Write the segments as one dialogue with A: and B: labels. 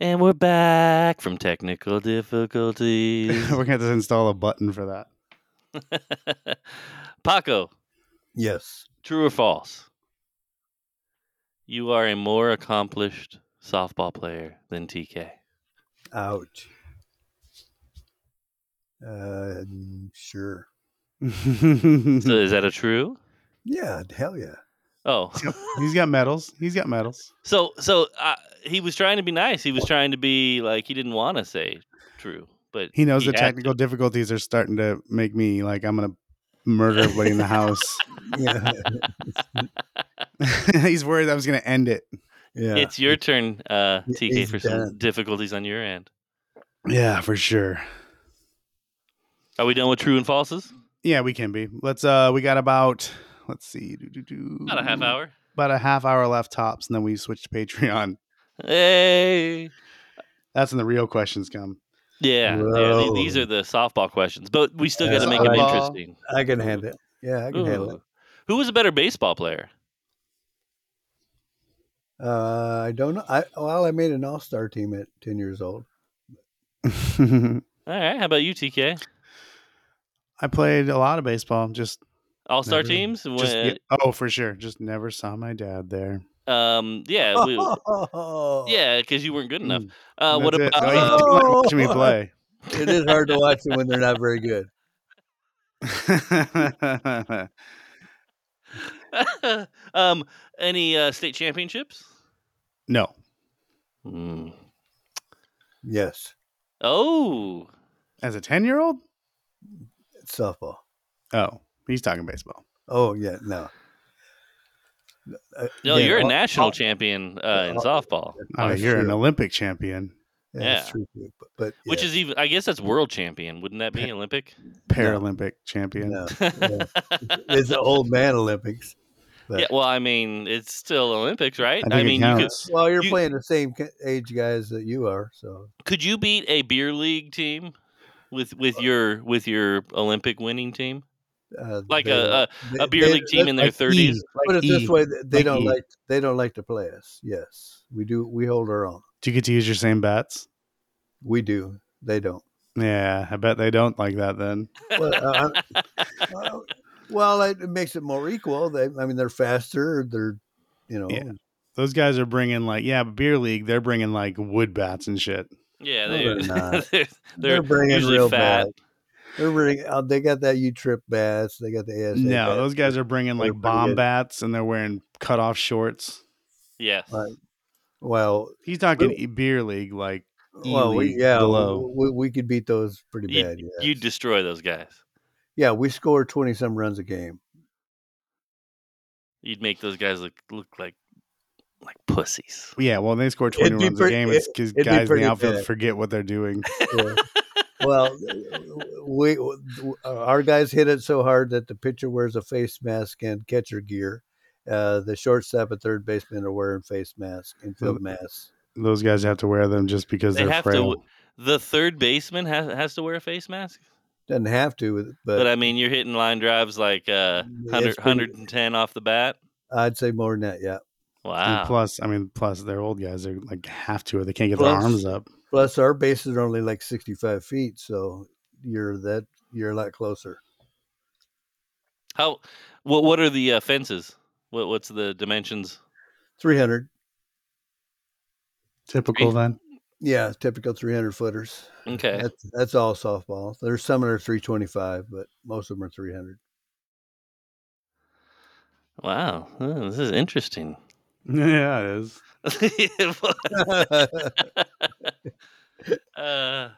A: And we're back from technical difficulties.
B: We're gonna have to install a button for that.
A: Paco,
C: Yes.
A: true or false? You are a more accomplished softball player than TK.
C: Ouch. Uh, mm, sure.
A: So is that a true?
C: Yeah, hell yeah.
A: Oh,
B: He's got medals. He's got medals.
A: so so uh, he was trying to be nice. He was trying to be like he didn't want to say true, but
B: He knows
A: He
B: the
A: had
B: technical difficulties are starting to make me like I'm gonna murder everybody in the house.
C: Yeah.
B: He's worried I was gonna end it.
C: yeah.
A: it's your turn, uh,
C: It
A: TK,
C: is
A: for some
C: done.
A: difficulties on your end.
B: Yeah, for sure.
A: Are we done with true and falses?
B: Yeah, we can be. Let's uh we got about let's see. doo-doo-doo,
A: About a half hour.
B: About a half hour left tops, and then we switch to Patreon.
A: Hey.
B: That's when the real questions come.
A: Yeah, yeah, the- these
C: Whoa.
A: are the softball questions, but we still got to
C: Yeah,
A: make them
C: softball.
A: interesting.
C: I can handle it. Yeah, I can handle
A: Ooh. Who was a better baseball player?
C: it. Uh, I don't know. I well, I made an all-star team at ten years old.
A: All right, how about you, TK?
B: I played a lot of baseball. Just,
A: All star
C: Mm-hmm.
B: Never.
A: teams.
B: just
A: When-
B: oh, for sure. Just never saw my dad there.
A: Um, yeah, we, yeah, because you weren't good
C: Hmm.
A: enough.
B: Mm.
A: Uh, what
B: That's
A: about?
B: it. No, he
A: uh,
C: Oh,
B: didn't like watching me play.
C: it is hard to watch them when they're not very good.
A: um, any uh, state championships?
B: no.
A: Mm.
C: Yes,
A: Oh,
B: As a 10 year old?
C: it's softball.
B: Oh, he's talking baseball.
C: Oh yeah, no. Uh,
A: no,
C: yeah,
A: you're a
C: all-
A: national
C: all-
A: champion uh, in
C: all-
A: softball,
B: Oh,
C: that's
B: you're an
C: true.
B: Olympic champion,
C: Yeah, that's
A: yeah.
C: true too, but, but
A: which is even. I guess that's world champion. Wouldn't that be
B: Yeah.
A: Olympic?
B: Paralympic champion.
C: no, it's the old man Olympics.
A: Yeah, well, I mean, it's still Olympics, right?
B: I think
A: I,
B: it
A: mean, you could,
B: counts.
C: Well, you're
A: You-
C: playing the same ca- age guys that you are, so
A: could you beat a beer league team with with your with your Olympic winning team?
C: uh,
A: Like
C: they-
A: a-
C: they-
A: a beer
C: they-
A: league team in their
B: like
A: 30s.
B: E,
C: Put
B: like
C: it this
B: E.
C: way: th- they
B: Like
C: don't
B: E.
C: like they don't like to play us. Yes, we do. We hold our own.
B: Do you get to use your same bats?
C: We do. They don't.
B: Yeah, I bet they don't like that then.
C: Well, uh, I'm- uh, well, it it makes it more equal. They, I mean, they're faster. They're, you know,
B: Yeah. Those guys are bringing like, yeah, but beer league, they're bringing like wood bats and shit.
A: Yeah,
C: No,
A: they,
C: they're
A: they're,
C: not.
A: they're,
C: They're bringing
A: usually
C: real
A: fat.
C: bad. They're bringing. Uh, they got that U trip bats. They got the ASA.
B: No,
C: bats.
B: those guys are bringing like
C: They're pretty
B: bomb
C: good.
B: bats and they're wearing cut off shorts.
A: Yes.
C: Right. Well,
B: He's talking e beer league, like E
C: well, we,
B: league
C: yeah,
B: below.
C: we, we could beat those pretty
A: You-
C: bad.
A: You
C: yes.
A: destroy those guys.
C: yeah, we score twenty some runs a game.
A: You'd make those guys look look like like pussies.
B: yeah, well, they score
C: It'd
B: 20
C: be
B: runs
C: pretty-
B: a game. It's because
C: be
B: guys in
C: pretty
B: the outfield
C: bad.
B: forget what they're doing.
C: Yeah. well, we uh, our guys hit it so hard that the pitcher wears a face mask and catcher gear. Uh, the shortstop and third baseman are wearing face masks and
A: Hmm.
C: field masks.
B: Those guys have to wear them just because
A: They
B: they are
A: have to
B: frail.
A: w- The third baseman has has to wear a face mask.
C: Doesn't have to,
A: But uh,
C: but,
A: I mean, you're hitting line drives like uh, 100,
C: It's pretty-
A: 110 off the bat.
C: I'd say more than that. Yeah.
B: And
A: Wow.
B: plus, I mean, plus they're old guys. They're like have to, or they can't get
C: Plus-
B: their arms up.
C: Plus, our bases are only like sixty-five feet, so you're that you're a lot closer.
A: How? What? What are the uh, fences? What? What's the dimensions?
C: Three hundred.
B: Typical then.
C: Yeah, typical three hundred footers.
A: Okay.
C: That's, that's all softball. There's some that are 325, but most of them are 300.
A: Wow. Oh, this is interesting.
B: yeah, it is.
A: uh,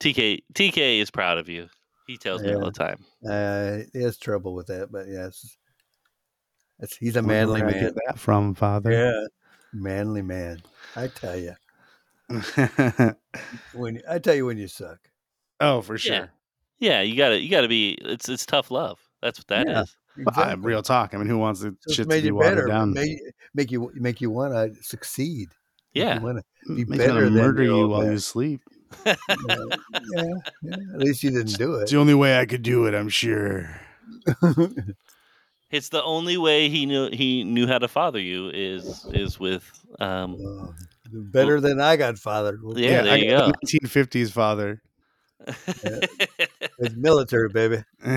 A: TK TK is proud of you. He tells me all
C: Yeah.
A: the time.
C: uh, he has trouble with that, but yes, that's, he's a manly
B: Where I
C: man.
B: get that from father.
C: Yeah, manly man. I tell you, when I tell you when you suck.
B: oh, for sure.
A: Yeah, Yeah, you gotta you gotta be. It's it's tough love. That's what that is.
C: Yeah.
B: But I-
C: Exactly.
B: real talk. I mean, who wants the
C: So it's
B: shit to
C: made
B: be
C: you
B: watered
C: better.
B: down?
C: Make, make you make you want to succeed. Make you
A: Yeah.
C: wanna- be
B: Makes me wanna
C: better than
B: murder
C: your
B: you
C: old
B: while
C: man.
B: you sleep.
C: yeah, yeah, yeah. At least you didn't do
B: It's
C: it.
B: the only way I could do it. I'm sure.
A: It's the only way he knew he knew how to father you is is with um
C: Uh, better than I got fathered.
A: Yeah, there
B: I
A: you go.
B: got the 1950s father.
C: It's military, baby.
B: we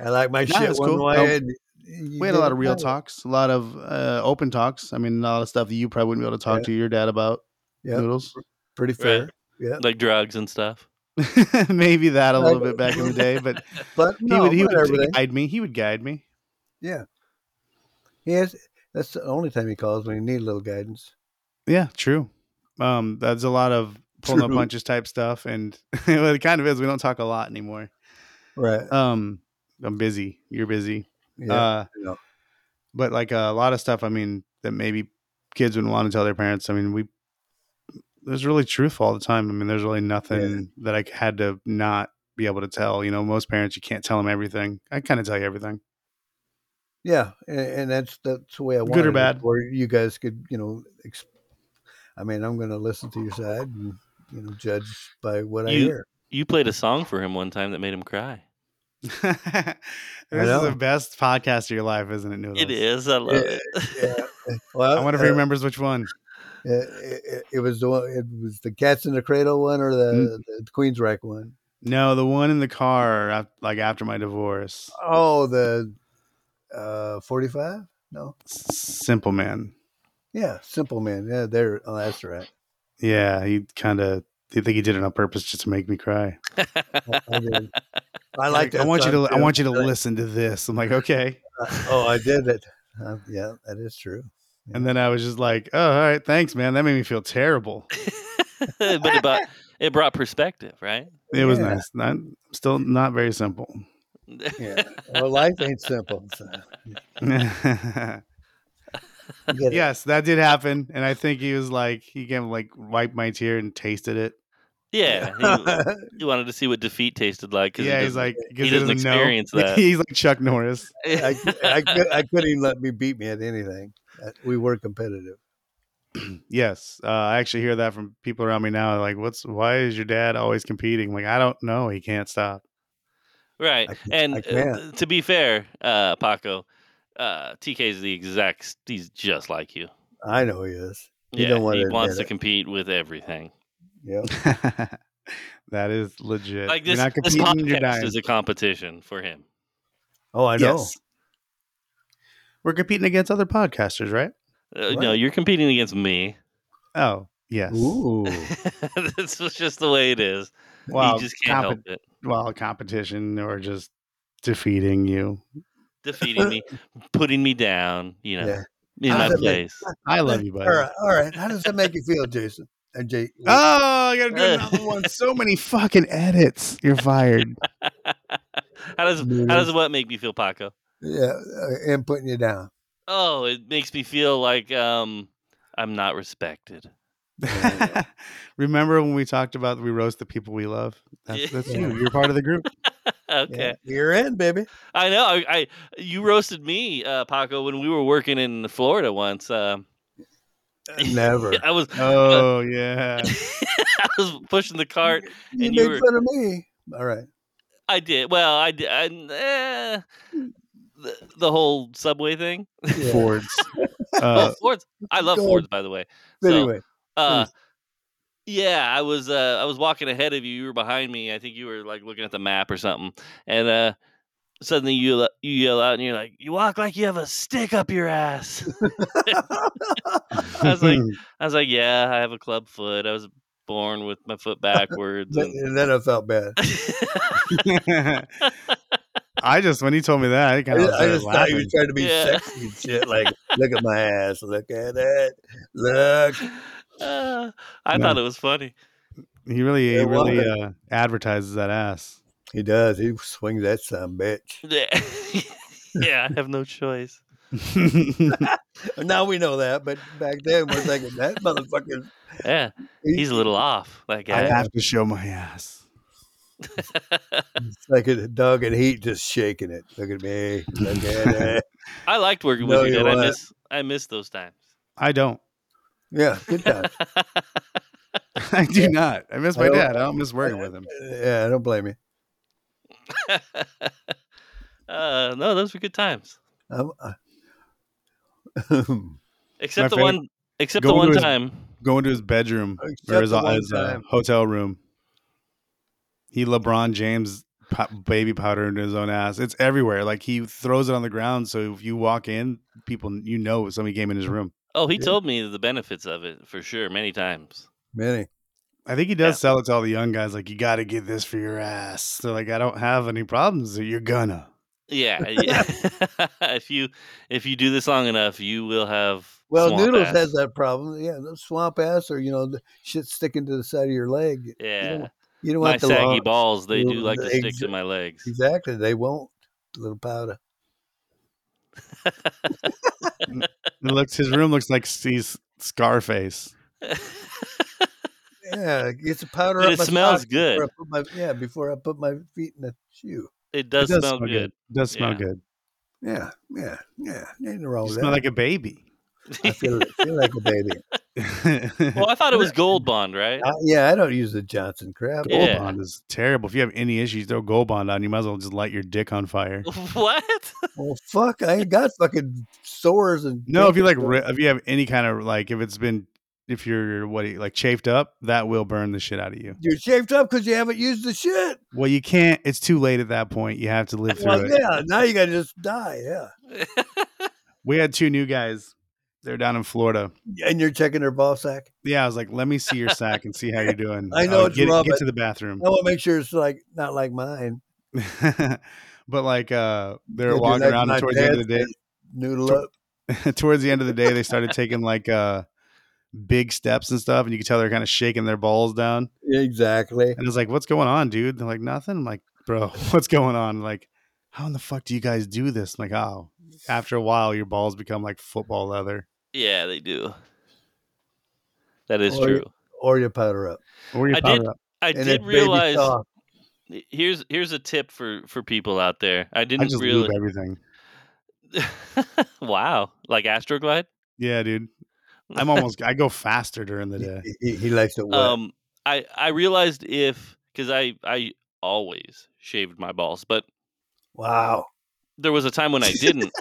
C: I like my
B: Nah,
C: shit
B: that's
C: one
B: cool.
C: way.
B: Um,
C: and you
B: had a
C: get
B: lot of real
C: another.
B: talks, a lot of uh, open talks. I mean, a lot of stuff that you probably wouldn't be able to talk
C: Yeah.
B: to your dad about.
C: Yep.
B: Noodles,
C: Pretty fair.
A: right?
C: Yeah.
A: Like drugs and stuff.
B: maybe that a
C: I
B: little
C: don't
B: bit back in the day, but
C: But
B: he
C: no,
B: would he
C: whatever
B: would
C: they-
B: guide me. He would guide me.
C: He has, that's the only time he calls when he needs a little guidance.
B: Yeah, true. Um, that's a lot of pulling up
C: True.
B: punches type stuff, and well, it kind of is. We don't talk a lot anymore.
C: Right.
B: Um, I'm busy. You're busy.
C: Yeah.
B: Uh,
C: yeah.
B: but like a lot of stuff, I mean, that maybe kids wouldn't want to tell their parents. I mean, we there's really truthful all the time. I mean, there's really nothing that I had to not be able to tell. You know, most parents you can't tell them everything. I kind of tell you everything.
C: yeah. And, and that's, that's the way I
B: Good
C: want
B: or bad?
C: Where you guys could, you know, ex- I mean, I'm going to listen to your side and, you know, judge by what I
A: You-
C: hear.
A: You played a song for him one time that made him cry.
B: this is
C: know.
B: the best podcast of your life, isn't it? Noodles?
A: It is. I love
C: Yeah,
A: it.
C: Uh, Yeah. Well,
B: I wonder if he remembers which one.
C: Uh, it, it- it was the one, it was the Cats in the Cradle one or
B: Mm-hmm.
C: the, the Queen's Rack one.
B: No, the one in the car, af- like after my divorce.
C: Oh, the uh, forty five? No,
B: S- Simple man.
C: yeah, Simple Man. Yeah, there. Oh, that's right.
B: Yeah, he kind of. You think he did it on purpose just to make me cry?
C: I, I did. I like that.
B: I want you to.
C: song,
B: I
C: too.
B: want you to
C: Really?
B: listen to this. I'm like, okay.
C: Oh, I did it. Uh, yeah, that is true.
B: And then I was just like, oh, all right, thanks, man. That made me feel terrible.
A: but it brought, it brought perspective, right?
B: It was
C: Yeah.
B: nice. Not still not very simple.
C: Yeah. Well, life ain't simple. So
B: yes,
C: you get it.
B: that did happen, and I think he was like, he came like wiped my tear and tasted it.
A: yeah. he- He, wanted to see what defeat tasted like. 'cause he
B: Yeah, he's
A: doesn't-
B: like, 'cause
A: he doesn't
B: know.
A: experience that.
B: he's like Chuck Norris.
C: I, I, cou- I couldn't even let me beat me at anything. Uh, We were competitive.
B: Yes, uh, I actually hear that from people around me now. Like, what's why is your dad always competing? Like, I don't know. He can't stop.
A: Right.
C: I c-
A: and
C: I
A: uh,
C: can't.
A: th- to be fair, uh, Paco, uh, TK is the exact, s- he's just like you.
C: I know he is. You
A: yeah,
C: don't wanna
A: he
C: admit
A: wants to
C: it.
A: compete with everything.
C: Yeah.
B: that is legit.
A: Like
B: You're
A: this,
B: not
A: this
B: competing. You're
A: podcast
B: dying.
A: is a competition for him.
C: Oh, I know.
B: Yes. We're competing against other podcasters, right?
A: Uh,
C: Right.
A: No, you're competing against me.
B: Oh, yes.
C: Ooh.
A: this was just the way it is.
B: Wow.
A: he just can't
B: compe-
A: help it.
B: Well, competition or just defeating you.
A: Defeating me, putting me down, you know,
C: Yeah.
A: in
C: How
A: my
C: does that make-
A: place.
B: I love you, buddy.
C: All right, all right. How does that make you feel, Jason? And Jake,
B: Oh, I gotta do another one. So many fucking edits. You're fired.
A: How does how does what make me feel, Paco?
C: yeah, uh, and putting you down.
A: Oh, it makes me feel like um I'm not respected.
B: Remember when we talked about we roast the people we love? That's, that's you. You're part of the group.
A: okay.
C: Yeah, you're in, baby.
A: I know. I, I you roasted me, uh, Paco, when we were working in Florida once. Um,
C: Never.
A: I was
B: Oh yeah.
A: I was pushing the cart.
C: you
A: and
C: made
A: you were-
C: fun of me. All right.
A: I did well. I did. I, eh, the, the whole subway thing.
C: Yeah.
B: Fords. Uh,
A: oh, Fords. I love
C: go
A: Fords, by the way.
C: But
A: So,
C: anyway,
B: Hmm.
A: Uh, yeah, I was uh, I was walking ahead of you. You were behind me. I think you were like looking at the map or something. And uh, suddenly you yell- you yell out and you're like, "You walk like you have a stick up your ass." I was like, I was like, yeah, I have a club foot. I was born with my foot backwards.
C: th-
A: and
C: and then I felt bad.
B: Uh, I just when he told me that, I
C: I
B: kind of
C: just, I just thought you were trying to be
A: Yeah.
C: sexy and shit. Like, look at my ass. Look at it. Look.
A: Uh, I
B: No.
A: thought it was funny.
B: He really, he
C: It
B: really uh, advertises that ass.
C: He does. He swings that son, of a bitch.
A: Yeah, I have no choice.
C: Now we know that, but back then we're thinking that motherfucker.
A: Yeah, he's a little off, that
B: I
A: guy.
B: have to show my ass.
C: It's like a dog in heat just shaking it. Look at me. Look at it.
A: I liked working
C: No,
A: with you,
C: you
A: Dad. I
C: weren't.
A: miss, I miss those times.
B: I don't.
C: Yeah, good time.
B: I do not. I miss
C: I
B: my
C: don't-
B: dad. I don't miss working with him.
C: Yeah, I don't blame you.
A: Uh, no, those were good times.
C: Um, uh,
A: Except the
B: My favorite-
A: one, except
B: Go
A: the one
B: to his-
A: time.
B: Go into his bedroom or
C: Except
B: his,
C: the one
B: his uh,
C: time.
B: hotel room. He LeBron James po- baby powder into his own ass. It's everywhere. Like he throws it on the ground, so if you walk in, people you know somebody came in his room.
A: Oh, he
C: Yeah.
A: told me the benefits of it for sure many times.
C: many.
B: I think he does
A: Yeah.
B: sell it to all the young guys. Like you got to get this for your ass. They're like, I don't have any problems. So you're gonna.
A: Yeah, yeah. if you if you do this long enough, you will have.
C: Well,
A: swamp
C: Noodles
A: ass.
C: has that problem. Yeah, the swamp ass or, you know, the shit sticking to the side of your leg.
A: Yeah,
C: You don't
A: my
C: want the
A: saggy
C: long-
A: balls. They do
C: Well,
A: like to
C: the
A: stick
C: exa-
A: to my legs.
C: Exactly. They won't. Little powder.
B: It looks his room looks like he's Scarface.
C: Yeah, it's a powder.
A: But
C: up
A: it
C: my
A: smells
C: sock before
A: good.
C: I put my- yeah, before I put my feet in the shoe.
A: It does,
B: It
A: smell, good.
B: It does smell
A: Yeah.
B: good.
C: Yeah, yeah, Oh, yeah. Ain't wrong
B: you
C: with
B: smell
C: that.
B: like a baby.
C: I feel, feel like a baby.
A: well, I thought it was Gold Bond, right?
C: I, yeah, I don't use the Johnson crap.
B: Gold
A: Yeah.
B: bond is terrible. If you have any issues, throw gold bond on. You might as well just light your dick on fire.
A: what?
C: Well, fuck, I ain't got fucking sores and
B: No, if you like,
C: dimples.
B: ri- if you have any kind of like, if it's been, if you're what do you- like chafed up, that will burn the shit out of you.
C: you're shaved up because you haven't used the shit.
B: Well, you can't. It's too late at that point. You have to live through
C: Well,
B: it.
C: yeah, now you gotta just die. Yeah,
B: We had two new guys. They're down in Florida.
C: and you're checking her ball sack.
B: Yeah, I was like, let me see your sack and see how you're doing.
C: I
B: Uh,
C: know it's
B: get,
C: rubber.
B: get to the bathroom.
C: I want to make sure it's like not like mine.
B: but like, uh,
C: I
B: they're
C: do
B: walking
C: like
B: around
C: my
B: and towards the end of
C: dad's
B: the day.
C: Noodle
B: Tor-
C: up.
B: towards the end of the day, they started taking like uh big steps and stuff, and you could tell they're kind of shaking their balls down.
C: Exactly.
B: And it's like, what's going on, dude? They're like, nothing. I'm like, bro, what's going on? Like, how in the fuck do you guys do this? I'm like, oh, after a while, your balls become like football leather,
A: yeah, they do. That is
C: Or-
A: true.
C: Or you powder up.
B: or you
A: I
B: powder
A: did-
B: up.
A: I
C: And
A: did
C: it's baby
A: realize.
C: soft.
A: Here's here's a tip for for people out there. I
B: I
A: didn't
B: just lube
A: really.
B: everything.
A: wow, like Astroglide.
B: Yeah, dude. I'm almost. I go faster during the day.
C: He, he- he likes it wet.
A: Um, I I realized if because I I always shaved my balls, but
C: wow.
A: there was a time when I didn't,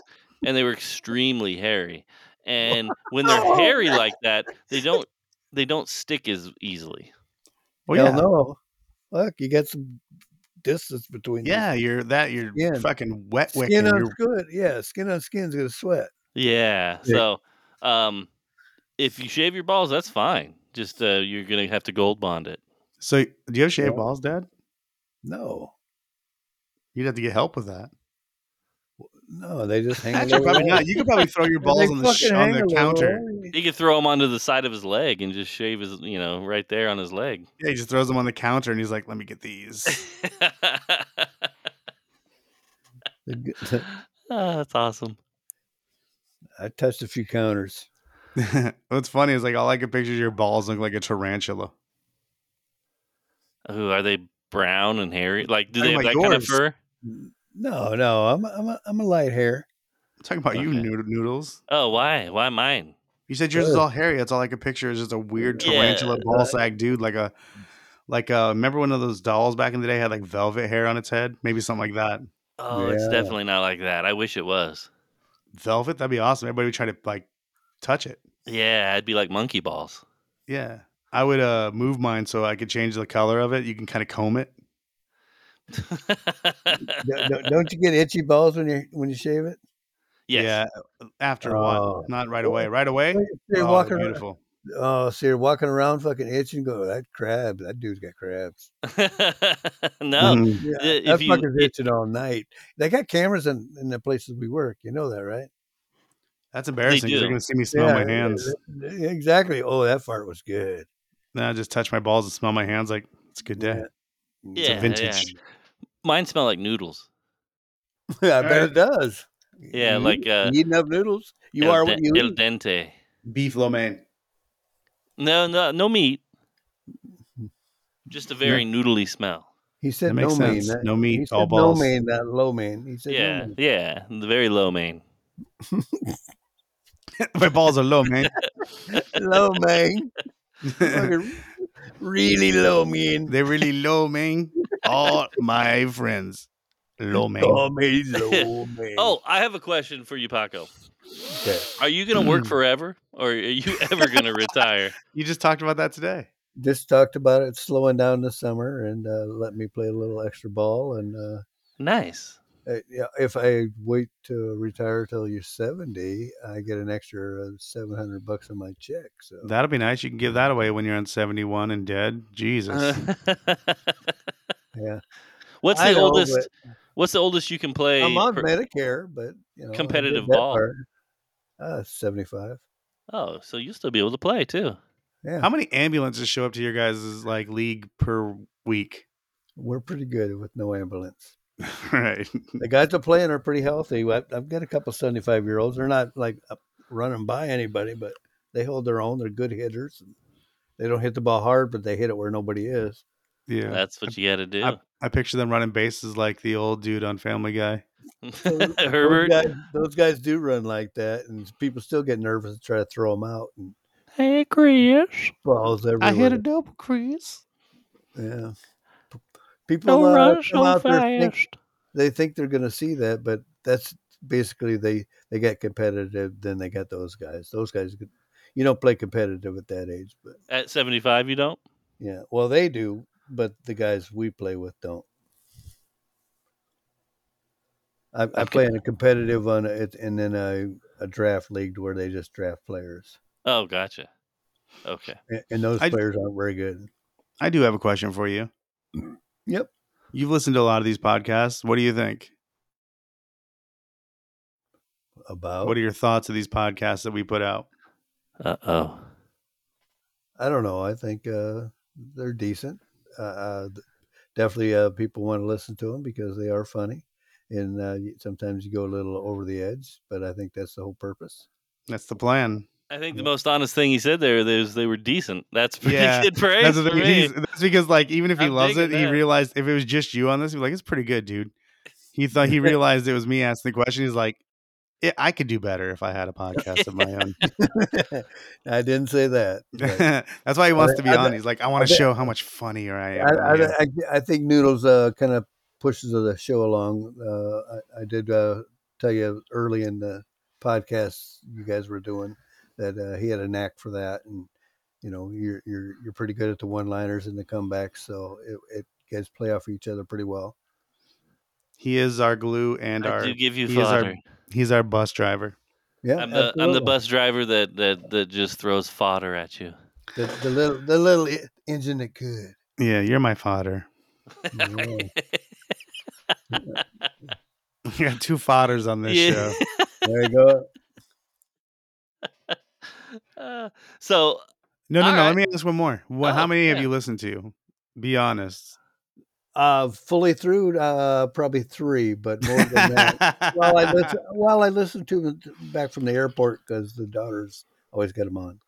A: and they were extremely hairy. And when they're hairy like that, they don't they don't stick as easily.
B: Well,
C: Hell
B: Oh, yeah,
C: no. Look, you got some distance between. these.
B: yeah. You're that. You're
C: Yeah.
B: fucking wet. wick
C: Skin
B: and
C: on
B: you're-
C: skin. Yeah, skin on skin's gonna sweat.
A: Yeah.
C: Yeah.
A: So, um, if you shave your balls, that's fine. Just uh, you're gonna have to gold bond it.
B: So, do you have shaved
C: Yeah.
B: balls, Dad?
C: No,
B: You'd have to get help with that.
C: no, they just hang. a
B: Actually,
C: little
B: probably
C: way.
B: not. You could probably throw your
C: They
B: balls on the
C: fucking
B: sh- on
C: hang a
B: the
C: little
B: counter.
C: way.
A: He could throw them onto the side of his leg and just shave his, you know, right there on his leg.
B: Yeah, he just throws them on the counter, and he's like, "Let me get these."
C: The g-
A: Ah, that's awesome.
C: I touched a few counters.
B: What's funny is like all I can picture is your balls look like a tarantula.
A: Ooh, are they brown and hairy? Like, do
B: Talking
A: they have
B: about
A: that kind of
B: yours.
A: fur?
C: No, no, I'm a, I'm a, I'm a light hair.
B: I'm talking about you,
A: Okay.
B: nood- noodles.
A: Oh, why? Why mine?
B: You said yours is
C: Sure.
B: all hairy. That's all I could picture is just a weird
A: Yeah.
B: tarantula ball sack dude, like a like uh remember one of those dolls back in the day had like velvet hair on its head? Maybe something like that.
A: Oh, it's
C: Yeah.
A: definitely not like that. I wish it was.
B: Velvet? That'd be awesome. Everybody would try to like touch it.
A: Yeah, I'd be like monkey balls.
B: Yeah. I would uh move mine so I could change the color of it. You can kind of comb it.
C: Don't- don't- don't you get itchy balls when you when you shave it?
A: yes.
B: Yeah. uh, After a while.
C: Oh.
B: Not right away. Right away.
C: So you're
B: oh,
C: walking around,
B: beautiful.
C: oh, so you're walking around fucking itching, go that crab, that dude's got crabs.
A: no.
B: Mhm.
C: Yeah,
A: if
C: that
A: you-
C: fucker's
A: it-
C: itching all night. They got cameras in, in the places we work. You know that, right?
B: That's embarrassing. 'cause
A: do.
B: They're gonna see me smell my hands.
C: Exactly. Oh, that fart was good.
B: Then I just touch my balls and smell my hands. Like it's a good day. It's
A: Yeah,
B: a vintage.
A: Mine smell like noodles.
C: I bet it does.
A: Yeah,
C: You-
A: like, uh,
C: you eating up noodles. You
A: el
C: are
A: de-
C: what you
A: el
C: eat.
A: dente.
B: Beef lo mein.
A: No, no, no meat.
C: Mm-hmm.
A: Just a very noodly smell.
C: He
B: That
C: said
B: makes
C: no main.
B: sense.
C: That,
B: No
C: he
B: meat,
C: said
B: all balls.
C: no main, not low main. He said no
A: Yeah,
C: main.
A: yeah, the very low main.
B: my balls are low, man.
C: low main. Fucking really low main.
B: They're really low, man. All my friends. Low man.
C: Oh, man, oh, man.
A: Oh, I have a question for you, Paco.
C: Okay.
A: Are you going to
C: Hmm.
A: work forever, or are you ever going to retire?
B: You just talked about that today.
C: Just talked about it slowing down this summer and uh, let me play a little extra ball. And uh,
A: Nice.
C: uh, yeah, if I wait to retire till you're 70, I get an extra uh, 700 bucks on my check. So
B: That'll be nice. You can give that away when you're on 71 and dead.
C: Uh-huh.
B: Jesus.
C: yeah,
A: what's
C: I
A: the
C: know,
A: oldest?
C: but
A: What's the oldest you can play?
C: I'm on
A: per-
C: Medicare, but you know, I did
A: competitive
C: that
A: ball.
C: part. Uh, 75.
A: oh, so you'll still be able to play too.
C: Yeah,
B: How many ambulances show up to your guys' like league per week?
C: we're pretty good with no ambulance.
B: right.
C: the guys that are playing are pretty healthy. I- I've got a couple 75 year olds. They're not like up- running by anybody, but they hold their own. They're good hitters. They don't hit the ball hard, but they hit it where nobody is.
B: Yeah.
A: That's what you got to do.
B: I picture them running bases like the old dude on Family Guy.
A: Herbert,
C: Those guys, those guys do run like that, and people still get nervous and try to throw them out. And
A: hey Chris,
C: balls everywhere.
B: double crease.
C: Yeah. P- People uh, come out there think- they think they're going to see that, but that's basically they they get competitive. Then they got those guys. Those guys, could- you don't play competitive at that age, but
A: At seventy-five, you don't.
C: Yeah. Well, they do, but the guys we play with don't. I, I play in a competitive on it, and then a, a draft league to where they just draft players,
A: Oh, gotcha. Okay.
C: and, and those
B: I-
C: players aren't very good.
B: I do have a question for you.
C: Yep.
B: You've listened to a lot of these podcasts. What do you think?
C: About Oh.
B: What are your thoughts of these podcasts that we put out?
A: Uh oh.
C: I don't know. I think uh, they're decent. Uh, uh, th- definitely, uh, people want to listen to them because they are funny, and uh, y- sometimes you go a little over the edge. But I think that's the whole purpose.
B: That's the plan.
A: I think the most honest thing he said there is they were decent. That's pretty
B: Yeah,
A: good praise
B: That's, the
A: for
B: thing.
A: me.
B: He's- that's because, like, even if he
A: I'm
B: loves it,
A: digging
B: he
A: that.
B: realized if it was just you on this, he'd be like, it's pretty good, dude. He thought he realized it was me asking the question. He's like, "Yeah, I could do better if I had a podcast of my own.
C: I didn't say that. but-
B: that's why he wants to be
C: I- I-
B: on. He's like, I want to
C: I-
B: show how much funnier I am.
C: I,
B: than you."
C: I, I, I think Noodles uh, kind of pushes the show along. Uh, I, I did uh, tell you early in the podcast you guys were doing that uh, he had a knack for that, and you know you're you're you're pretty good at the one-liners and the comebacks, so it, it you guys play off each other pretty well.
B: he is our glue and
A: I
B: our
A: do give you
B: he is our-
A: fodder.
B: he's our bus driver.
C: Yeah,
A: I'm the I'm the
C: absolutely.
A: bus driver that that that just throws fodder at you.
C: The, the little the little e- engine that could.
B: Yeah, you're my fodder.
C: Yeah.
B: We got two fodders on this
A: Yeah.
B: show.
C: there you go.
A: Uh, so
B: No, no,
A: All
B: no.
A: right.
B: Let me ask one more. What,
A: Oh,
B: how many have
A: yeah.
B: you listened to? Be honest.
C: Uh, fully through, uh, probably three, but more than that. well, I listen, well, I listen to it back from the airport because the daughters always get them on.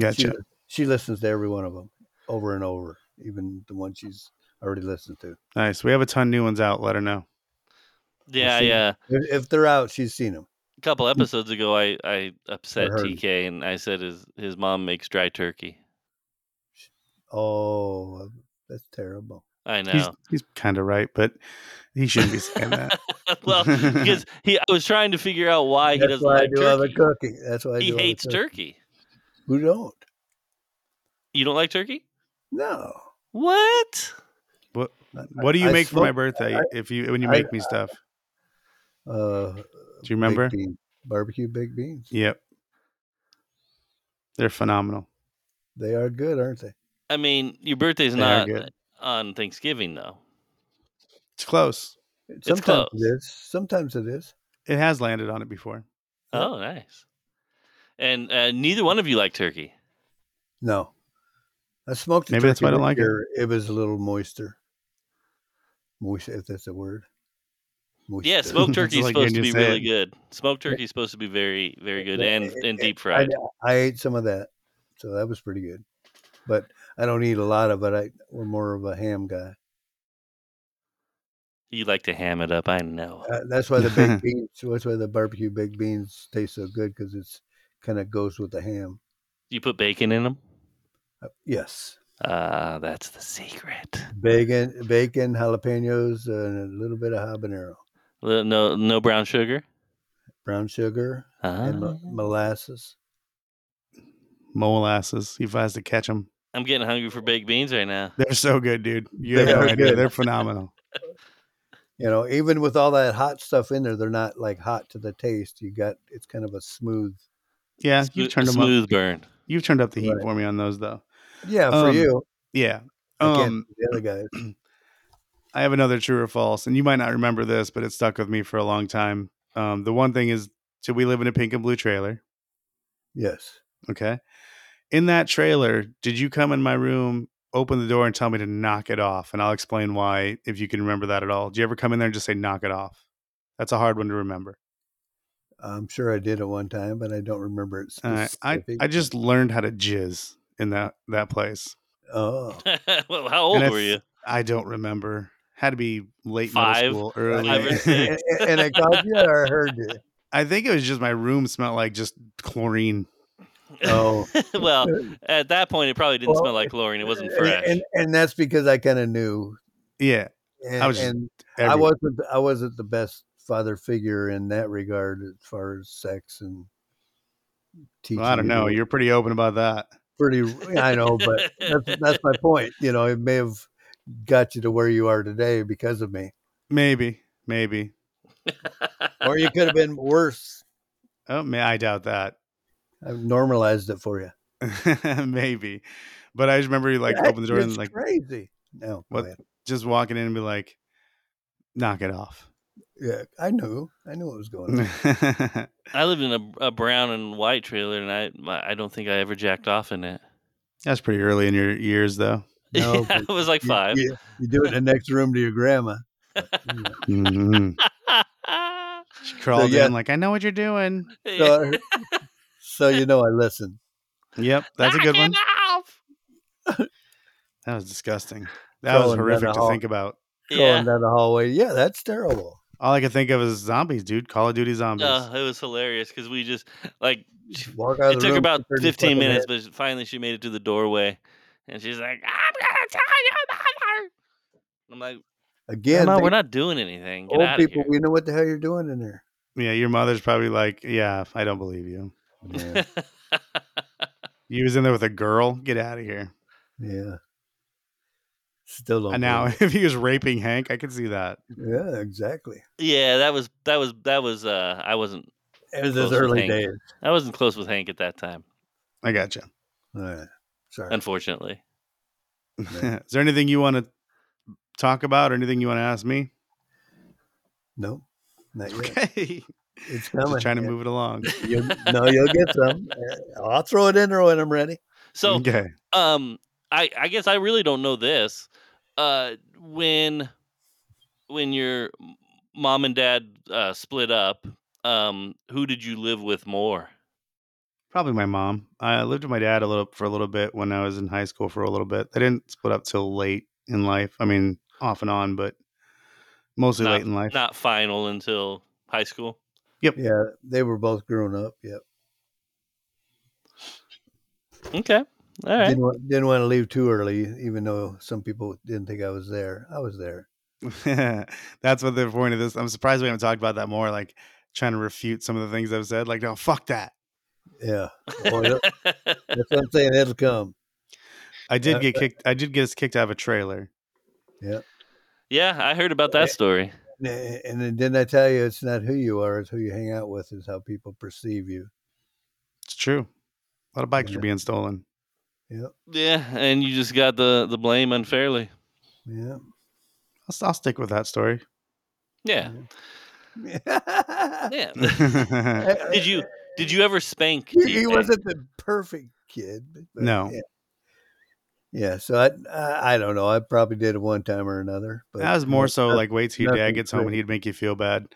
B: gotcha.
C: she listens to every one of them over and over, even the one she's already listened to.
B: Nice. We have a ton of new ones out. Let her know.
A: yeah,
C: see.
A: yeah.
C: If, if they're out, she's seen them.
A: A couple episodes ago, I I upset
C: heard.
A: TK and I said his his mom makes dry turkey.
C: Oh, that's terrible.
A: I
B: He's,
A: know.
B: he's kind of right, but he shouldn't be saying that.
A: well, because he I was trying to figure out why he
C: that's
A: doesn't
C: why I
A: like
C: do all the
A: turkey.
C: cooking. That's why I do
A: He
C: all the
A: hates
C: cooking.
A: turkey.
C: Who don't?
A: You don't like turkey?
C: No.
A: What?
B: What do you
C: I
B: make for my
C: smoke-
B: birthday?
C: I-
B: if you when you
C: I-
B: make me stuff,
C: Uh,
B: do you remember?
C: Baked bean, barbecue baked beans.
B: Yep. They're phenomenal.
C: They are good, aren't they?
A: I mean, your birthday's
B: They are
A: not
B: good.
A: on Thanksgiving though.
B: It's close.
C: Sometimes
A: close.
C: it is. Sometimes it is.
B: It has landed on it before.
C: Yep.
A: Oh, nice. And uh, neither one of you like turkey.
C: No. I smoked a
B: Maybe that's
C: turkey
B: why I don't
C: this
B: like it.
C: year. it. was a little moister. Moist, if that's a word. Moister.
A: Yeah, smoked
B: It's
A: turkey is
B: like
A: supposed
B: when
A: to be
B: you
A: really
B: say
A: good. Smoked turkey is supposed to be very, very good
C: Yeah,
A: and
C: it-
A: and
C: it-
A: deep
C: I,
A: fried.
C: I ate some of that, so that was pretty good. But I don't eat a lot of it. I, we're more of a ham guy.
A: You like to ham it up, I know.
C: Uh, that's why the baked beans. That's why the barbecue baked beans taste so good because it's kind of goes with the ham.
A: You put bacon in them?
C: Uh, yes.
A: Uh, that's the secret.
C: Bacon, bacon, jalapenos, and a little bit of habanero,
A: Li- No, no brown sugar.
C: brown sugar, and
A: Ah.
C: mo- molasses.
B: Molasses. He has to catch them.
A: I'm getting hungry for baked beans right now.
B: They're so good, dude. You have
C: They
B: no
C: are
B: idea.
C: good.
B: They're phenomenal.
C: You know, even with all that hot stuff in there, they're not like hot to the taste. You got it's kind of a smooth.
B: Yeah,
A: Smo-
B: you've turned them
A: smooth
B: up.
A: burn.
B: You've turned up the heat
C: Right.
B: for me on those though.
C: Yeah, for
B: Um,
C: you.
B: Yeah.
C: I can't
B: Um,
C: do the other guys.
B: I have another true or false, and you might not remember this, but it stuck with me for a long time. Um, the one thing is, did we live in a pink and blue trailer?
C: Yes.
B: Okay. In that trailer, did you come in my room, open the door, and tell me to knock it off? And I'll explain why, if you can remember that at all. Did you ever come in there and just say, knock it off? That's a hard one to remember.
C: I'm sure I did at one time, but I don't remember it
B: All right. Uh, I,
C: specific.
B: I just learned how to jizz in that, that place.
C: oh,
A: well, how old
B: And
A: were you?
B: it's- I don't remember. Had to be late
A: Five?
B: middle school, early.
A: Five or six?
C: and, and I caught you or I heard you.
B: I think it was just my room smelled like just chlorine.
C: Oh,
A: well, at that point, it probably didn't
C: Well,
A: smell like chlorine. It wasn't
C: And-
A: fresh.
C: and and that's because I kind of knew.
B: Yeah,
C: And,
B: was just
C: and I
B: everywhere.
C: wasn't I wasn't the best father figure in that regard as far as sex and teaching.
B: Well, I don't
C: you
B: know.
C: to-
B: You're pretty open about that.
C: pretty. I know, but that's, that's my point. You know, it may have got you to where you are today because of me,
B: Maybe, maybe.
C: or you could have been worse.
B: Oh, may I doubt that?
C: I've normalized it for you.
B: maybe. But I just remember you like
C: That
B: open the door and
C: is
B: like
C: crazy. No, go
B: What-
C: ahead.
B: just walking in and be like, knock it off.
C: Yeah, I knew. I knew what was going on.
B: I
A: I lived in a, a brown and white trailer, and I my- I don't think I ever jacked off in it.
B: was pretty early in your years, though.
C: No,
A: Yeah,
C: but
A: I was like
C: you-
A: five.
C: You, you do it in the next room to your grandma.
B: Mhm. she crawled
C: yeah.
B: in like, I know what you're doing.
C: So, so you know I listen.
B: Yep, that's a
A: Knock
B: good
A: it
B: one.
A: off!
B: That was disgusting. That was
C: Crawling down
B: horrific
C: the
B: to
C: hall.
B: think about.
A: Yeah.
C: Going down the hallway. Yeah, that's terrible.
B: All I could think of is zombies, dude. Call of Duty zombies.
A: Uh, it was hilarious because we just like
C: Walk out of
A: it
C: the
A: took
C: room,
A: about
C: turn your
A: 15
C: fucking
A: minutes, but finally she made it to the doorway, and she's like, "I'm gonna tell your mother." I'm like,
C: head. Again,
A: "Grandma,
C: they-
A: we're not doing anything. Get
C: old
A: out of
C: people,
A: here."
C: we know what the hell you're doing in there.
B: yeah, your mother's probably like, yeah, I don't believe you.
C: Yeah.
B: You was in there with a girl. Get out of here.
C: yeah. Still don't.
B: And now,
C: believe
B: if he was raping Hank, I could see that.
C: it. Yeah, exactly.
A: yeah, that was that was that was. Uh, I wasn't
C: It was
A: Close
C: his
A: with
C: early
A: Hank.
C: days.
A: I wasn't close with Hank at that time,
B: I gotcha.
C: All right. Sorry.
A: unfortunately.
B: Is there anything you want to talk about or anything you want to ask me?
C: No, not yet.
B: Okay.
C: It's coming.
B: Just trying to
C: Yeah.
B: move it along.
C: You'll, no, you'll get some. Uh, I'll throw it in there when I'm ready.
A: So,
B: okay.
A: um i i guess i really don't know this uh when when your m- mom and dad uh split up um who did you live with more
B: Probably my mom. I lived with my dad a little for a little bit when I was in high school for a little bit. They didn't split up till late in life. I mean, off and on, but mostly
A: Not-
B: late in life.
A: not final until high school
C: Yeah, they were both grown up. Yep.
A: okay all right
C: Didn't, want, didn't want to leave too early, even though some people didn't think I was there. I was there.
B: That's what the point of this. I'm surprised we haven't talked about that more. Like trying to refute some of the things I've said. Like, no, fuck that.
C: Yeah. Oh, yeah. That's what I'm saying. It'll come.
B: I did
C: Uh,
B: get kicked. I did get us kicked out of a trailer.
A: yeah i heard about that story
C: And- And then didn't I tell you it's not who you are, it's who you hang out with, is how people perceive you.
B: It's true. A lot of bikes
C: Yeah.
B: were being stolen.
A: yeah and you just got the the blame unfairly
C: Yeah.
B: I'll, I'll stick with that story.
A: yeah
C: Mm.
A: yeah
B: no,
A: did you did you ever spank do
C: He,
A: you
C: he
A: think?
C: wasn't the perfect kid. but- but
B: No.
C: Yeah. Yeah, so I, I I don't know. I probably did it one time or another. But
B: that was more so like wait till your dad
C: nothing
B: gets home and
C: crazy.
B: he'd make you feel bad.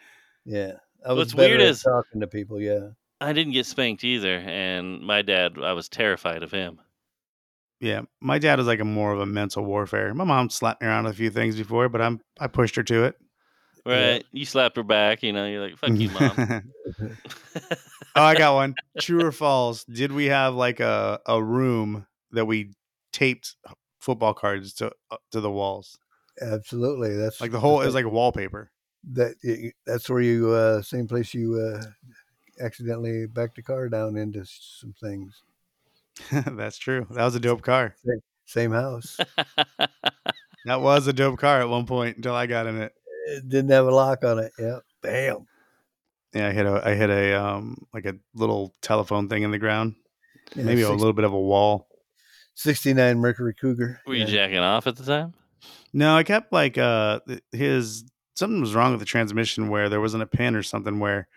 C: yeah. I was
A: What's weird
C: better at
A: is-
C: talking to people. Yeah,
A: i didn't get spanked either and my dad i was terrified of him
B: Yeah, my dad was like a more of a mental warfare. My mom slapped me around a few things before, but I'm I pushed her to it.
A: Right.
C: Yeah.
A: You slapped her back, you know, you're like, fuck you, mom.
B: oh, I got one. True or false? Did we have like a a room that we taped football cards to up to the walls.
C: Absolutely. That's
B: Like the whole is like wallpaper.
C: that. y- That's where you uh, same place you uh, accidentally backed the car down into s- some things.
B: That's true. That was a dope car.
C: Same house.
B: That was a dope car at one point until I got in it.
C: It didn't have a lock on it. Yep. Bam.
B: Yeah, I hit a I hit a um like a little telephone thing in the ground.
C: Yeah,
B: Maybe a
C: six-
B: little bit of a wall.
C: 69 Mercury Cougar.
A: Were
C: Yeah.
A: you jacking off at the time?
B: No, I kept like uh th- his something was wrong with the transmission where there wasn't a pin or something where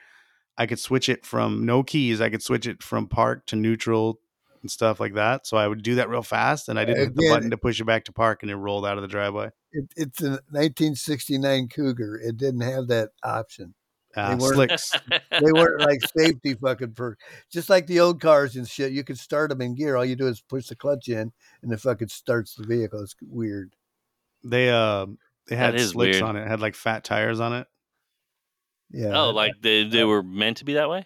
B: I could switch it from no keys, I could switch it from park to neutral and stuff like that. So I would do that real fast and I didn't hit the
C: Again-
B: button to push it back to park and it rolled out of the driveway.
C: It, it's a 1969 Cougar. It didn't have that option.
B: Uh,
C: weren't-
B: slicks.
C: They weren't like safety fucking per Just like the old cars and shit. You could start them in gear. All you do is push the clutch in and it fucking starts the vehicle. It's weird.
B: They uh they
A: That
B: had
A: is
B: slicks
A: weird.
B: on it. it, had like fat tires on it.
C: Yeah.
A: Oh, like they, they were meant to be that way?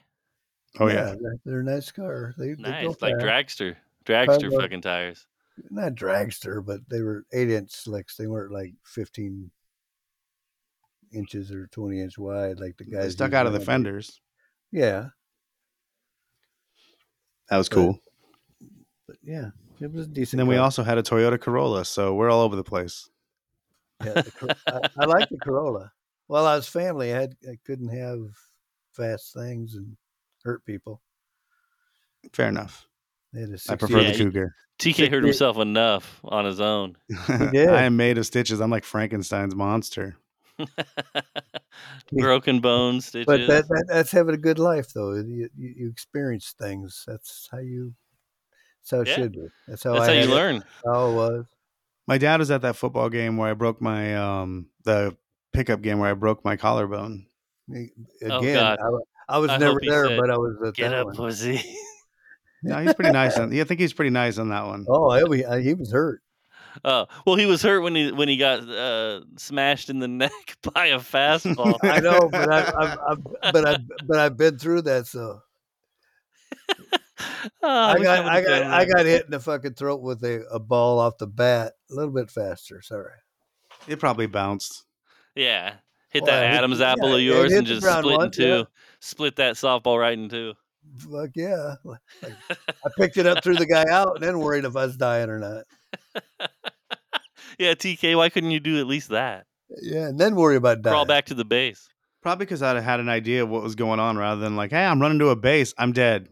B: Oh yeah.
C: they're, they're a nice car. They, they go
A: Nice. Like
C: fast.
A: dragster. Dragster
C: Probably.
A: fucking tires.
C: not dragster, but they were eight inch slicks. They weren't like 15 inches or 20 inch wide, like the guys
B: They stuck
C: use
B: out of the
C: now.
B: fenders.
C: Yeah,
B: That was
C: But-
B: cool.
C: but yeah, it was a
B: And
C: decent.
B: then we
C: car.
B: also had a Toyota Corolla, so we're all over the place.
C: Yeah, the Cor- I, I like the Corolla. Well, I was family. I had I couldn't have fast things and hurt people.
B: Fair enough.
C: They had a
B: I prefer
A: Yeah,
C: 68
B: the
A: you-
B: Cougar.
A: TK hurt
C: Yeah.
A: himself enough on his own.
C: did.
B: I am made of stitches. I'm like Frankenstein's monster.
A: Broken bones, stitches.
C: but that, that that's having a good life though. You, you, you experience things. That's how you. That's how it
A: Yeah.
C: should be. That's how
A: That's
C: I
A: how
C: had
A: you
C: it.
A: learn.
C: How it was.
B: My dad was at that football game where I broke my um the pickup game where I broke my collarbone.
C: Me-
A: Oh,
C: again.
A: God.
C: I, wa- I was
A: I
C: never
A: hope he
C: there,
A: said,
C: but I was at
A: Get
C: that
A: up,
C: one.
A: pussy.
B: No, he's pretty nice. On, yeah, I think he's pretty nice on that one.
C: Oh, I, we- I- he was hurt.
A: Oh well, he was hurt when he when he got uh, smashed in the neck by a fastball.
C: I know, but I, I've, I've, but I, but I've been through that. So
A: Oh,
C: I
A: wish
C: got,
A: would've
C: I got,
A: done
C: I
A: that.
C: got hit in the fucking throat with a, a ball off the bat, a little bit faster. Sorry.
B: It probably bounced.
A: Yeah, hit
C: Well,
A: that
C: I hit-
A: Adam's
C: yeah,
A: apple of
C: it
A: yours
C: hit
A: and
C: the
A: just
C: ground
A: split in
C: once,
A: two.
C: yeah.
A: Split that softball right in two.
C: Fuck yeah! Like, I picked it up, threw the guy out, and then worried if I was dying or not.
A: Yeah, TK, why couldn't you do at least that?
C: Yeah, and then worry about dying.
A: Crawl back to the base.
B: Probably because I had an idea of what was going on rather than like, hey, I'm running to a base. I'm dead.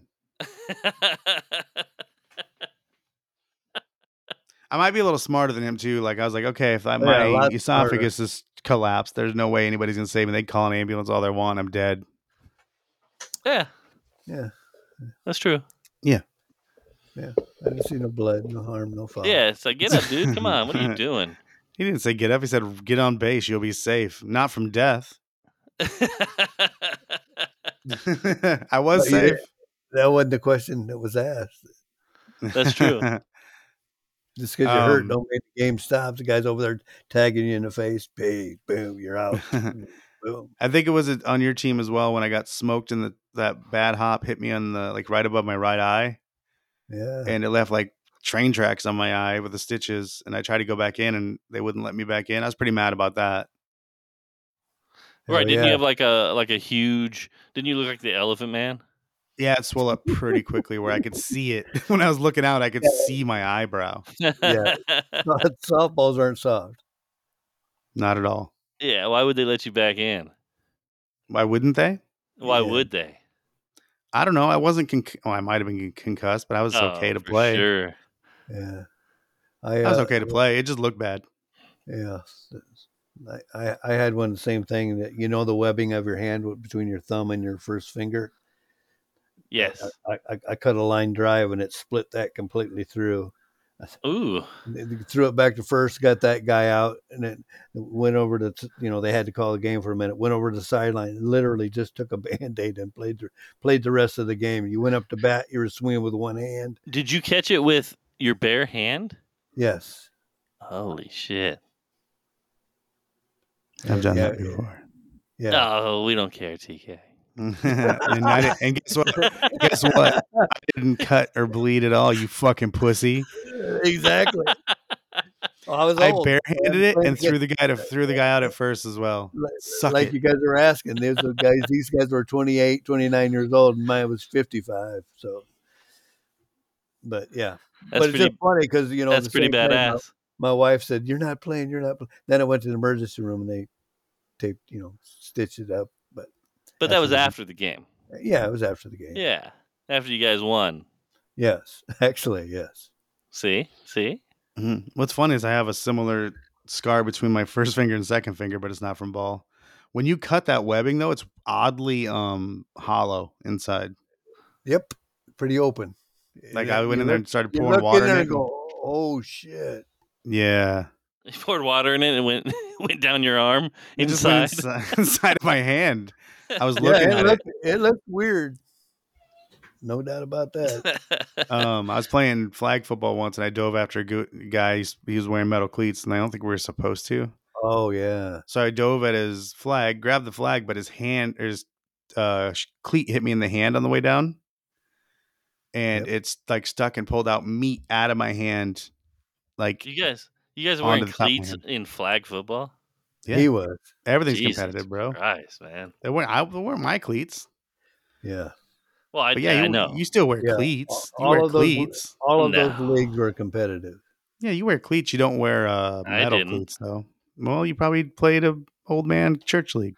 B: I might be a little smarter than him too. Like I was like, okay, if I,
C: Yeah,
B: my
C: a lot
B: esophagus is collapsed, there's no way anybody's gonna save me. They call an ambulance all they want. I'm dead.
A: yeah,
C: Yeah,
A: that's true.
C: I didn't see no blood, no harm, no foul.
A: Yeah, so get up, dude. Come on, what are you doing?
B: He didn't say get up. He said get on base. You'll be safe. Not from death. I was
C: But you-
B: safe.
C: that wasn't the question that was asked.
A: That's true.
C: Just because you're hurt,
B: Um,
C: don't make the game stop. The guy's over there tagging you in the face. Bang, boom, you're out. boom.
B: I think it was uh, on your team as well when I got smoked and the that bad hop hit me on the like right above my right eye
C: Yeah.
A: Uh-huh.
B: and it left like train tracks on my eye with the stitches and I tried to go back in and they wouldn't let me back in. I was pretty mad about that.
A: right?
C: Hell
A: Didn't you
C: yeah.
A: have like a like a huge? Didn't you look like the Elephant Man?
B: Yeah, it swelled up pretty quickly where I could see it. When I was looking out, I could see my eyebrow.
A: yeah.
C: softballs aren't soft.
B: Not at all.
A: Why would they let you back in?
B: Why wouldn't they?
A: Why
C: Yeah.
A: would they?
B: I don't know. I wasn't con- oh, I might have been con- concussed, but I was
A: Oh,
B: okay to
A: for
B: play.
A: Sure.
C: Yeah, I,
B: I was
C: uh,
B: okay to play. It just looked bad.
C: Yeah, I, I I had one same thing that you know the webbing of your hand w- between your thumb and your first finger.
A: Yes.
C: I, I, I cut a line drive and it split that completely through.
A: Ooh.
C: They- they threw it back to first, got that guy out, and it went over to t- you know they had to call the game for a minute. Went over to the sideline, literally just took a band aid and played the, played the rest of the game. You went up to bat, you were swinging with one hand.
A: Did you catch it with your bare hand?
C: Yes,
A: Holy shit.
B: I've done
C: Yeah,
B: that before.
C: yeah.
A: Oh, we don't care, TK.
B: and, I didn't, and guess what? Guess what? I didn't cut or bleed at all, you fucking pussy.
C: Exactly. Well, I was
B: I
C: old.
B: barehanded it
C: Like,
B: and threw the guy to, threw the guy out at first as well.
C: Like-
B: Suck
C: like
B: it.
C: you guys are asking. There's those guys. These guys were 28, 29 years old, and mine was 55. So, but yeah,
A: That's
C: but it's
A: pretty.
C: just funny because you know
A: That's
C: the
A: pretty
C: same time, my-
A: badass.
C: My wife said, "You're not playing. You're not." Pl-. Then I went to the emergency room and they taped, you know, stitched it up. But
A: But that was
C: absolutely.
A: after the game.
C: yeah, it was after the game.
A: Yeah, after you guys won.
C: Yes, actually, yes.
A: See, see.
B: Mhm. What's funny is I have a similar scar between my first finger and second finger, but it's not from ball. When you cut that webbing though, it's oddly um hollow inside.
C: Yep, pretty open.
B: Like
C: You-
B: I went
C: you
B: in there
C: look-
B: and started
C: you
B: pouring
C: look in
B: water in
C: there
B: it.
C: and go, "Oh shit!"
B: yeah,
A: You poured water in it and went went down your arm
B: It just
A: inside.
B: went inside, inside of my hand. I was
C: Yeah,
B: looking
C: it
B: at
C: looked, it. looked weird. No doubt about that.
B: it. Um, I was playing flag football once, and I dove after a go- guy. He's- He was wearing metal cleats, and I don't think we were supposed to.
C: Oh yeah.
B: So I dove at his flag, grabbed the flag, but his hand, or his uh, sh- cleat hit me in the hand on the way down, and it's like stuck and pulled out meat out of my hand. Like
A: you guys, you guys are
B: Onto
A: wearing
B: the top of my
A: cleats
B: hand.
A: in flag football.
B: Yeah.
C: He was.
B: everything's
A: Jesus
B: competitive, bro.
A: Christ, man.
B: They weren't. I they weren't my cleats.
C: Yeah.
A: Well, I,
B: But yeah,
A: I
B: you,
A: know.
B: you still wear
C: Yeah.
B: cleats. You
C: All
B: wear
C: of those were-
B: cleats.
C: All of
A: No.
C: those leagues were competitive.
B: Yeah, you wear cleats. You don't wear uh,
A: I
B: metal
A: didn't.
B: cleats, though. Well, you probably played a old man church league.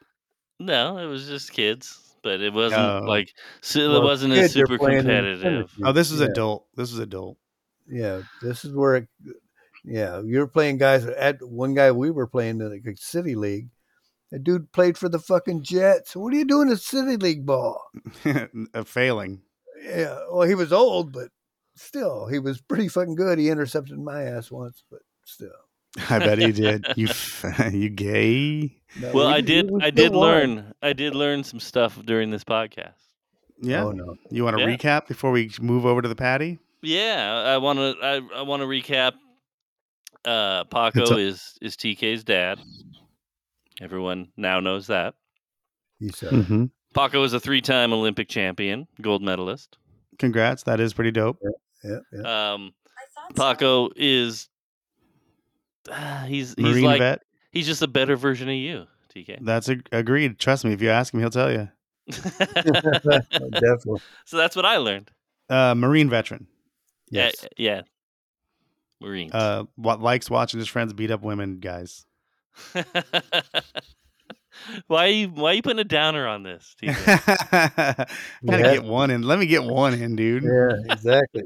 A: no, it was just kids, but it wasn't
B: Oh.
A: like so
C: Well,
A: it wasn't
C: kids,
A: as
C: you're
A: super
C: playing in
A: competitive.
C: symmetry.
B: Oh, this is
C: yeah,
B: adult. This is adult.
C: Yeah, this is where. It, yeah, you're playing guys at one guy we were playing in the city league. A dude played for the fucking Jets. What are you doing at city league ball?
B: a uh, failing.
C: Yeah, well, he was old, but still, he was pretty fucking good. He intercepted my ass once, but still.
B: I bet he did. You f- you gay?
C: No,
A: Well,
C: we-
A: I
C: we-
A: did.
C: we
A: I
C: still
A: did
C: won.
A: learn. I did learn some stuff during this podcast.
B: Yeah.
C: Oh no.
B: You want to
A: Yeah.
B: recap before we move over to the patty?
A: Yeah, I want to. I, I want to recap. Uh, Paco
B: a-
A: is is TK's dad. Everyone now knows that.
C: He said,
B: Mm-hmm.
A: Paco is a three-time Olympic champion, gold medalist.
B: Congrats. That is pretty dope.
C: yeah, yeah.
A: Um, Paco is ah, he's he's
B: Marine
A: like
B: vet.
A: he's just a better version of you, TK.
B: That's ag agreed. Trust me. If you ask him, he'll tell you.
C: Definitely.
A: so that's what I learned.
B: Uh, Marine veteran.
A: Yeah, yeah. Marines.
B: Uh, what likes watching his friends beat up women, guys.
A: why are you why are you putting a downer on this, TK?
B: Gotta
C: Yeah.
B: get one in. Let me get one in, dude.
C: Yeah, exactly.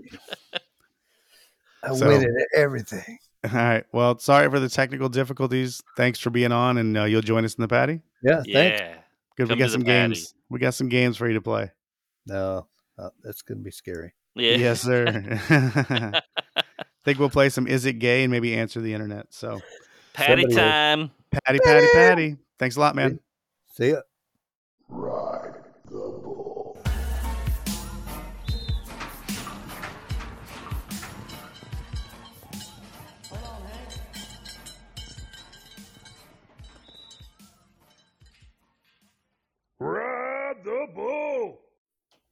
C: I
B: So-
C: win at everything.
B: All right. Well, sorry for the technical difficulties. Thanks for being on, and uh, you'll join us in the patty.
C: Yeah, thanks.
A: yeah.
B: Good. We
A: Come
B: got
A: to the
B: some
A: patty.
B: games. We got some games for you to play.
C: No, no, that's gonna be scary.
A: Yeah.
B: Yes, sir. Think we'll play some "Is It Gay" and maybe answer the internet. So,
A: Patty
C: Somebody-
A: time.
B: patty, patty, patty. Thanks a lot, man.
C: See ya.